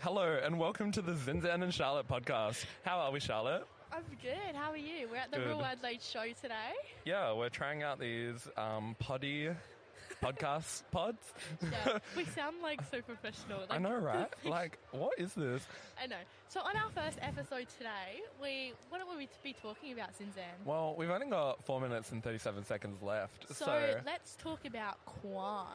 Hello and welcome to the Zinzan and Charlotte podcast. How are we, Charlotte? I'm good. How are you? We're at the Good. Real Adelaide show today. Yeah, we're trying out these um, poddy podcast pods. Yeah, we sound like so professional. I Like, know, right? Like, what is this? I know. So on our first episode today, we what will we be talking about, Zinzan? Well, we've only got four minutes and 37 seconds left. So, So, let's talk about Kwan.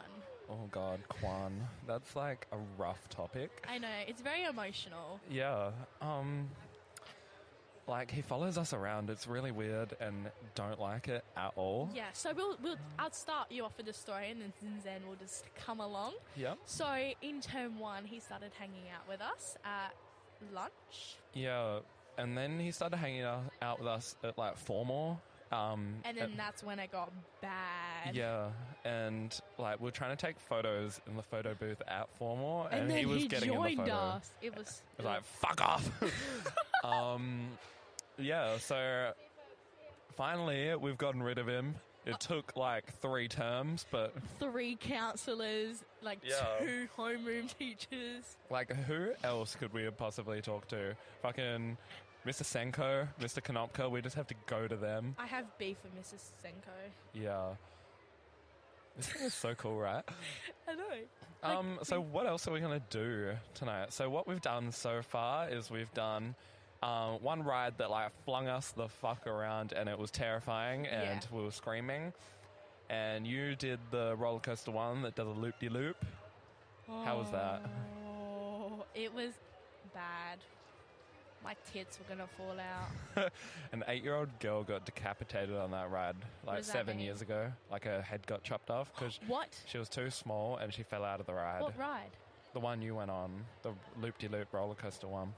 oh God, Kwan. That's like a rough topic. I know it's very emotional. Yeah. Um, like, he follows us around. It's really weird and don't like it at all. Yeah. So we'll we'll I'll start you off with the story, and then Zinzan will just come along. Yep. So in term one, he started hanging out with us at lunch, Yeah, and then he started hanging out out with us at like four more. Um, and then that's when it got bad. yeah, and like we are trying to take photos in the photo booth at four more, and, And, then he he, was getting in joined the photo. us. It was, I was like, "Fuck off!" um, yeah, so finally we've gotten rid of him. It took like three terms, but three counselors, like Yeah. two homeroom teachers. like who else could we have possibly talked to? Fucking Mr. Senko, Mr. Konopka. We just have to go to them. I have beef with Mrs. Senko. Yeah. This thing is so cool, right? I know. Um, so what else are we gonna do tonight? So what we've done so far is we've done um, one ride that like flung us the fuck around and it was terrifying and Yeah. we were screaming. And you did the roller coaster one that does a loop de loop. How was that? Oh, it was bad. My tits were gonna fall out. An eight year old girl got decapitated on that ride like does that seven mean? years ago. Like her head got chopped off because What? she was too small and she fell out of the ride. What ride? The one you went on, the loop de loop roller coaster one.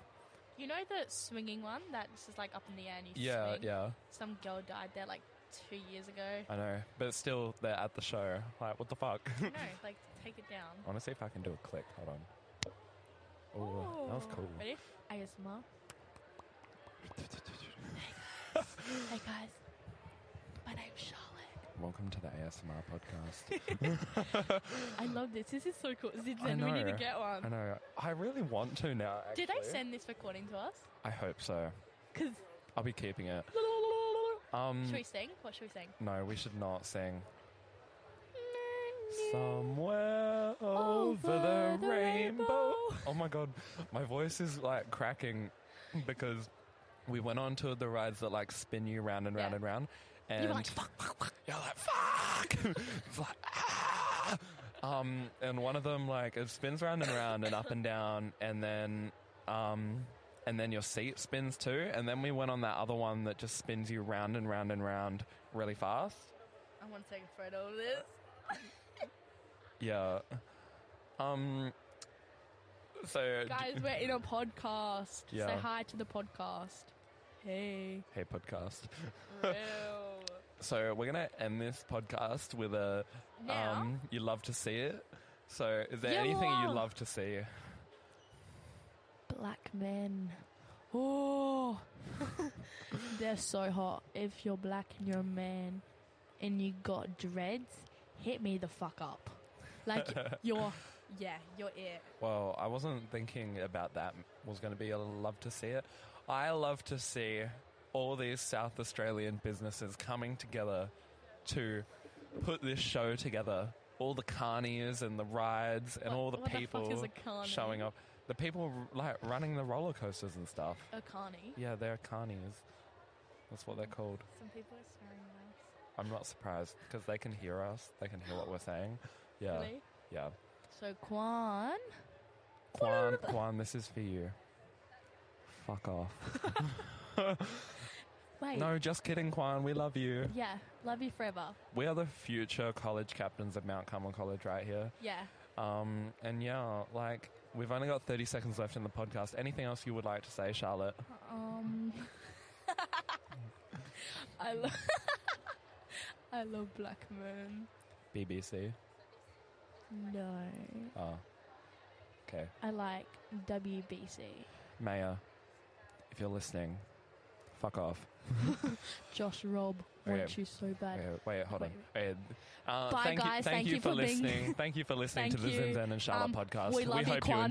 You know the swinging one that's just like up in the air and you Yeah, swing? yeah, Some girl died there like two years ago. I know. But still, they're at the show. Like, what the fuck? I no, like take it down. want to see if I can do a click. Hold on. Oh, that was Oh. cool. Ready? ASMR. Hey guys, my name's Charlotte. Welcome to the ASMR podcast. I love this. This is so cool. I Zinzan, we need to know. get I one. know. I really want to now. Did they actually. send this recording to us? I hope so. Because I'll be keeping it. should Um, we sing? What should we sing? no, we should not sing. Somewhere over, the, rainbow. Oh my god, my voice is like cracking because we went on to the rides that like spin you round and round Yeah. and round, and You're like fuck, fuck, fuck. you're like, fuck, it's like ah. Um, and one of them like it spins round and round and up and down, and then um, and then your seat spins too, and then we went on that other one that just spins you round and round and round really fast. I want to take a photo of this. Yeah. Um. So Guys, we're in a podcast. Yeah. Say hi to the podcast. Hey. Hey, podcast. Real. So we're gonna end this podcast with a Now? um you love to see it. So is there You anything you love- love to see? Black men. Oh, they're so hot. If you're black and you're a man and you got dreads, hit me the fuck up. Like, you're, yeah, you're it. Well, I wasn't thinking about that was gonna be a love to see it. I love to see all these South Australian businesses coming together to put this show together. All the carnies and the rides and What- all the what the fuck people is a carny? showing up. The people like running the roller coasters and stuff. A carny. Yeah, they're carnies. That's what they're called. Some people are swearing words. I'm not surprised because they can hear us. They can hear what we're saying. Yeah, Really? yeah. So, Kwan, Kwan, Kwan, this is for you. Fuck off. wait. No, just kidding, Kwan. We love you. Yeah, love you forever. We are the future college captains of Mount Carmel College right here. Yeah. Um, and yeah, like we've only got 30 seconds left in the podcast. Anything else you would like to say, Charlotte? Um. I, lo- I love black men. BBC. No. Oh, okay. I like WBC. Mayor, if you're listening, fuck off. Josh Rob Okay. wants you so bad. Wait, wait, hold on. Wait. Uh, Bye, thank guys. You, thank, you, for, being- listening. Thank you for listening Thank to the you. Zinzan and Charlotte Um, podcast. we love you, hope Kwan.